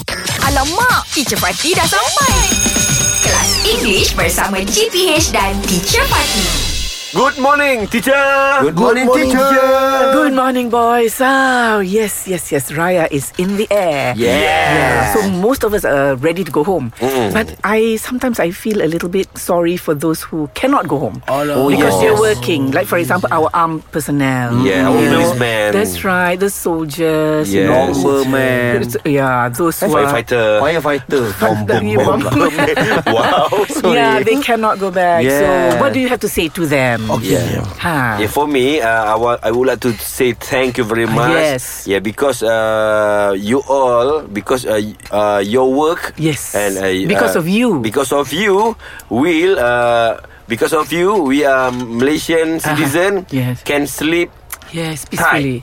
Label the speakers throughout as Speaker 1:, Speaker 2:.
Speaker 1: kacau mak. Teacher Fatih dah sampai. Kelas English bersama GPH dan Teacher Fatih.
Speaker 2: Good morning, teacher.
Speaker 3: Good morning, teacher.
Speaker 4: Good morning, boys. Oh, yes, yes, yes. Raya is in the air.
Speaker 2: Yeah. Mm.
Speaker 4: So most of us are ready to go home. But I sometimes I feel a little bit sorry for those who cannot go home
Speaker 3: Oh,
Speaker 4: because
Speaker 3: yes.
Speaker 4: they're working. Like for example, our armed personnel.
Speaker 2: Yeah, our
Speaker 4: you know.
Speaker 2: policemen.
Speaker 4: That's right, the soldiers.
Speaker 2: Yes.
Speaker 4: you know.
Speaker 3: Bomberman.
Speaker 4: It's- Yeah, those who are.
Speaker 2: Firefighter.
Speaker 3: Firefighter.
Speaker 4: You bomb-
Speaker 2: wow. Sorry.
Speaker 4: yeah, they cannot go back.
Speaker 3: Yeah.
Speaker 4: So, what do you have to say to them?
Speaker 3: Okay.
Speaker 4: Ha.
Speaker 2: Yeah, for me, uh, I, wa- I would like to say thank you very much.
Speaker 4: Yes.
Speaker 2: Yeah, because uh, you all, because uh, y- uh, your work.
Speaker 4: Yes.
Speaker 2: And uh,
Speaker 4: Because
Speaker 2: uh,
Speaker 4: of you.
Speaker 2: Because of you, will. Uh, because of you, we are Malaysian citizen.
Speaker 4: Uh-huh. Yes.
Speaker 2: Can sleep
Speaker 4: Yes, peacefully,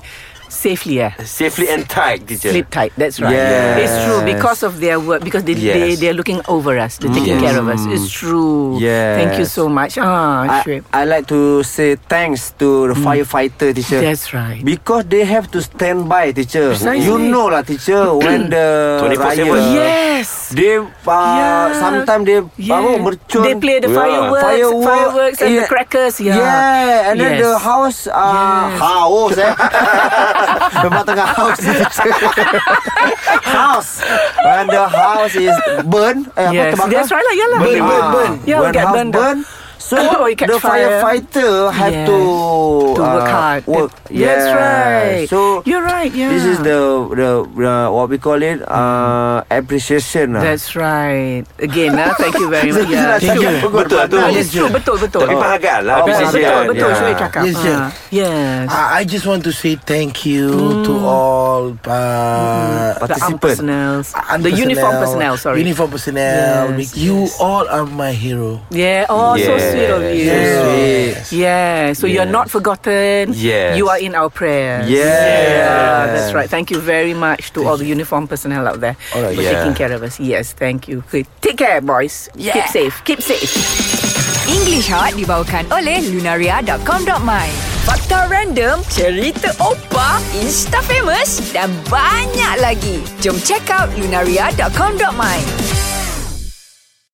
Speaker 4: safely. Yeah.
Speaker 2: safely and tight, teacher.
Speaker 4: Sleep tight. That's right.
Speaker 2: Yes.
Speaker 4: It's true because of their work because they
Speaker 2: Yes.
Speaker 4: they they're looking over us, they're taking
Speaker 2: Yes.
Speaker 4: care of us. It's true.
Speaker 3: Mm. Yes.
Speaker 4: Thank you so much. Ah,
Speaker 3: I,
Speaker 4: Shrip.
Speaker 3: I like to say thanks to the
Speaker 4: Mm.
Speaker 3: firefighter teacher.
Speaker 4: That's right.
Speaker 3: Because they have to stand by teacher.
Speaker 4: Precisely.
Speaker 3: You know lah teacher when the
Speaker 2: 24/7.
Speaker 3: raya.
Speaker 4: yes.
Speaker 3: They uh, yeah. sometimes they yeah. apa mercun.
Speaker 4: They play the
Speaker 2: Yeah.
Speaker 4: fireworks,
Speaker 3: Firework,
Speaker 4: fireworks and the
Speaker 3: yeah.
Speaker 4: crackers. Yeah.
Speaker 3: Yeah, and then
Speaker 4: Yes.
Speaker 3: the house uh, house eh. Memang tengah house ni, teacher. house. When the house is burn eh, apa
Speaker 4: Yes.
Speaker 3: terbakar.
Speaker 4: That's right lah. Yeah lah.
Speaker 3: Burn,
Speaker 4: yeah.
Speaker 3: burn, burn.
Speaker 4: Yeah, we
Speaker 3: when
Speaker 4: get
Speaker 3: house
Speaker 4: burned.
Speaker 3: burn,
Speaker 4: up.
Speaker 3: so
Speaker 4: Oh, it catch
Speaker 3: the
Speaker 4: fire.
Speaker 3: firefighter have
Speaker 4: Yes.
Speaker 3: to
Speaker 4: To
Speaker 3: uh,
Speaker 4: work hard.
Speaker 3: Work.
Speaker 4: That's
Speaker 3: Yeah.
Speaker 4: right.
Speaker 3: So
Speaker 4: You're right. Yeah.
Speaker 3: This is the, the the what we call it uh, appreciation lah.
Speaker 4: That's right. Again, ah, thank you very much.
Speaker 3: Saya
Speaker 4: Yeah.
Speaker 3: nak
Speaker 4: True.
Speaker 3: cakap
Speaker 2: Betul tu.
Speaker 3: pengorbanan.
Speaker 4: Ah, that's true. Betul, betul.
Speaker 2: Tapi penghargaan lah.
Speaker 3: Oh,
Speaker 4: Ah,
Speaker 2: appreciation.
Speaker 4: betul, betul.
Speaker 2: Yeah.
Speaker 4: Saya cakap.
Speaker 5: Yes, sir.
Speaker 4: Ah, Yes.
Speaker 5: I I just want to say thank you to
Speaker 4: Mm.
Speaker 5: all uh,
Speaker 4: the armed
Speaker 3: participant.
Speaker 4: personnel.
Speaker 5: and
Speaker 4: Mm-hmm. The uniform personnel,
Speaker 5: personnel,
Speaker 4: sorry.
Speaker 5: Uniform personnel.
Speaker 4: Yes,
Speaker 5: you all are my hero.
Speaker 4: yeah. Oh, so
Speaker 2: Yes.
Speaker 4: sweet of you.
Speaker 5: Yes.
Speaker 4: Yeah. So you're not forgotten.
Speaker 2: Yes.
Speaker 4: You are in our prayers.
Speaker 3: Yes.
Speaker 4: Yeah, that's right. Thank you very much to all the uniform personnel out there
Speaker 5: Alright,
Speaker 4: for
Speaker 2: yeah.
Speaker 4: taking care of us. Yes, thank you. Okay, Take care, boys. Keep safe. Keep safe.
Speaker 1: English Hot dibawakan oleh lunaria.com.my. Fakta random, cerita opa, insta famous dan banyak lagi. Jom check out lunaria.com.my.